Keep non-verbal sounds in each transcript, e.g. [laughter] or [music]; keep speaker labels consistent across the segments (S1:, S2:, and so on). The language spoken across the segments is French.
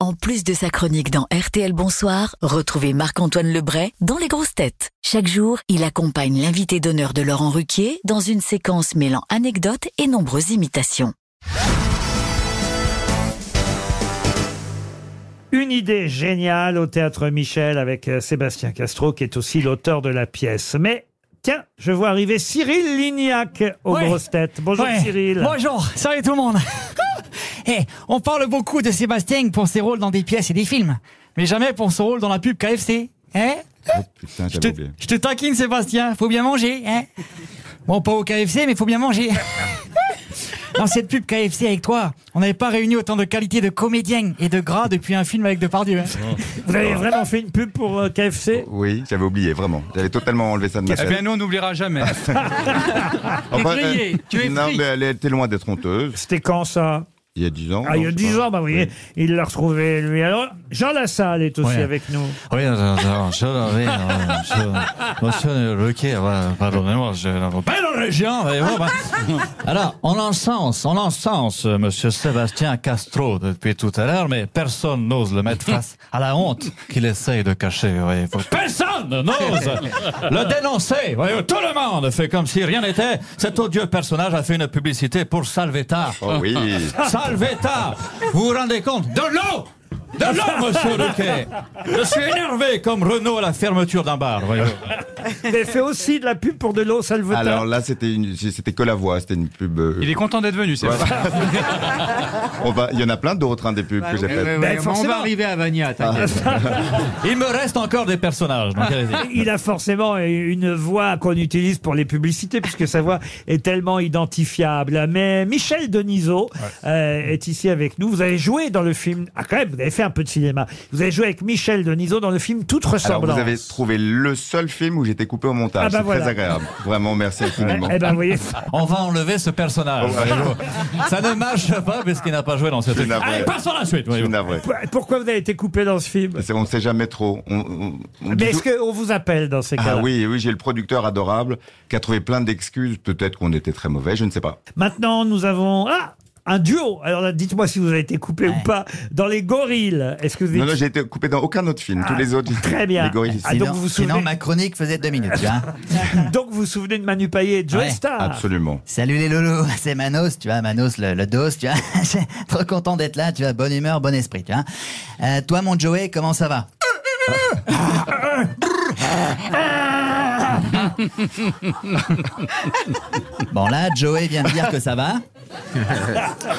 S1: En plus de sa chronique dans RTL Bonsoir, retrouvez Marc-Antoine Lebray dans Les Grosses Têtes. Chaque jour, il accompagne l'invité d'honneur de Laurent Ruquier dans une séquence mêlant anecdotes et nombreuses imitations.
S2: Une idée géniale au théâtre Michel avec euh, Sébastien Castro, qui est aussi l'auteur de la pièce. Mais tiens, je vois arriver Cyril Lignac aux
S3: Ouais.
S2: grosses têtes. Bonjour
S3: Ouais.
S2: Cyril.
S3: Bonjour, salut tout
S2: [laughs]
S3: le monde. Eh, on parle beaucoup de Sébastien pour ses rôles dans des pièces et des films, mais jamais pour son rôle dans la pub KFC. Hein
S4: Putain,
S3: je,
S4: j'avais
S3: te,
S4: oublié.
S3: je te taquine Sébastien, faut bien manger. Hein bon, pas au KFC, mais faut
S2: [laughs]
S3: bien manger. Dans cette pub KFC avec toi, on n'avait pas réuni autant de qualités de comédien et de gras depuis un film avec Depardieu. hein.
S2: Vous avez vraiment fait une pub pour euh, KFC
S4: Oui, j'avais oublié, vraiment. J'avais totalement enlevé ça de ma
S5: Eh
S4: tête.
S5: bien,
S2: ben,
S5: nous, on n'oubliera jamais.
S4: Enfin, euh,
S3: grillé, tu es
S4: Non,
S3: pris.
S4: mais elle était loin d'être honteuse.
S2: C'était quand ça
S4: Il y a 10 ans. euh,
S2: Ah, il y a
S4: non,
S2: 10
S4: je sais
S2: ans, bah vous voyez, il l'a retrouvé lui. Alors, Jean Lassalle est aussi
S6: Ouais.
S2: avec nous.
S6: Oui, attends, attends, je oui, je, monsieur le Ruquier, voilà, pardonnez-moi, je pardon, les gens, voyez-vous, bah. [laughs] Alors, on encense, on encense euh, monsieur Sébastien Castro depuis tout à l'heure, mais personne n'ose le mettre face à la honte qu'il essaye de cacher, voyez-vous. Personne n'ose [laughs] le dénoncer, voyez-vous. Tout le monde fait comme si rien n'était. Cet odieux personnage a fait une publicité pour Salvetta.
S4: pas. Oh
S2: [laughs]
S4: oui.
S2: Ah,
S6: Salvetta Vous vous rendez compte De l'eau De l'eau, monsieur Ruquet Je suis énervé comme Renault à la fermeture d'un bar. voyez-vous.
S2: Vous avez fait aussi de la pub pour de l'eau Ben, salvetin.
S4: Alors là, c'était une, c'était que la voix, c'était une pub. euh, [laughs]
S5: Il est content d'être venu, c'est vrai.
S4: on va, il y en a plein d'autres hein, des pubs que j'ai faites.
S2: Ben, forcément.
S7: à Vania,
S3: Ah.
S7: t'inquiète.
S6: Il me reste encore des personnages. donc allez-y.
S2: Il a forcément une voix qu'on utilise pour les publicités, puisque sa voix est tellement identifiable. Mais Michel Denisot euh, est ici avec nous. Vous avez joué dans le film. Ah, quand même, vous avez fait un peu de cinéma. Vous avez joué avec Michel Denisot dans le film Toute
S4: Alors
S2: ressemblance.
S4: vous avez trouvé le seul film où j'étais coupé au montage.
S2: Ah, bah,
S4: C'est
S2: voilà.
S4: très agréable. Vraiment, merci infiniment.
S2: Eh ben, vous voyez. [laughs]
S6: On va enlever ce personnage. voyez-vous. Ça ne marche pas parce qu'il n'a pas joué dans cette Ah,
S4: Je suis
S6: équipe.
S4: navré.
S6: Allez, passons à la suite.
S4: Je suis
S6: voyez-vous.
S4: navré.
S2: Pourquoi vous avez été coupé dans ce film
S4: C'est- On ne sait jamais trop. On- on- on dit
S2: Mais est-ce
S4: tout-
S2: qu'on vous appelle dans ces cas-là
S4: Ah oui, oui, j'ai le producteur adorable qui a trouvé plein d'excuses. Peut-être qu'on était très mauvais, je ne sais pas.
S2: Maintenant, nous avons. Ah un duo. Alors là, dites-moi si vous avez été coupé ou pas. Dans les gorilles. Est-ce que vous
S4: Non,
S2: êtes-
S4: non, j'ai été coupé dans aucun autre film.
S2: Ah,
S4: Tous les autres.
S2: très bien.
S4: Les gorilles.
S2: Ah, donc vous vous souvenez-
S3: chronique faisait deux minutes. Hein.
S2: [laughs] donc vous vous souvenez de Manu Payet et de Joe
S3: Ouais,
S2: Star
S4: Absolument.
S3: Salut les loulous, [laughs] c'est Manos, tu vois, Manos le, le dos, tu vois. [laughs] J'ai- Trop content d'être là, tu vois, bonne humeur, bon esprit, tu vois. Euh, toi, mon Joey, comment ça va [laughs] Bon là, Joey vient de dire que ça va,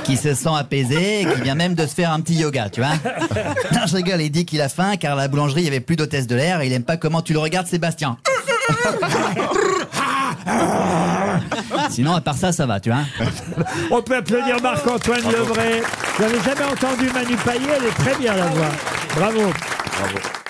S3: qu'il se sent apaisé, et qu'il vient même de se faire un petit yoga, tu vois. Non, je rigole, il dit qu'il a faim car à la boulangerie, il n'y avait plus d'hôtesse de l'air et il aime pas comment tu le regardes, Sébastien. Sinon, à part ça, ça va, tu vois.
S2: On peut applaudir Marc-Antoine Levray. Vous n'avez jamais entendu Manu Payet, elle est très bien la voix. Bravo.
S4: Bravo.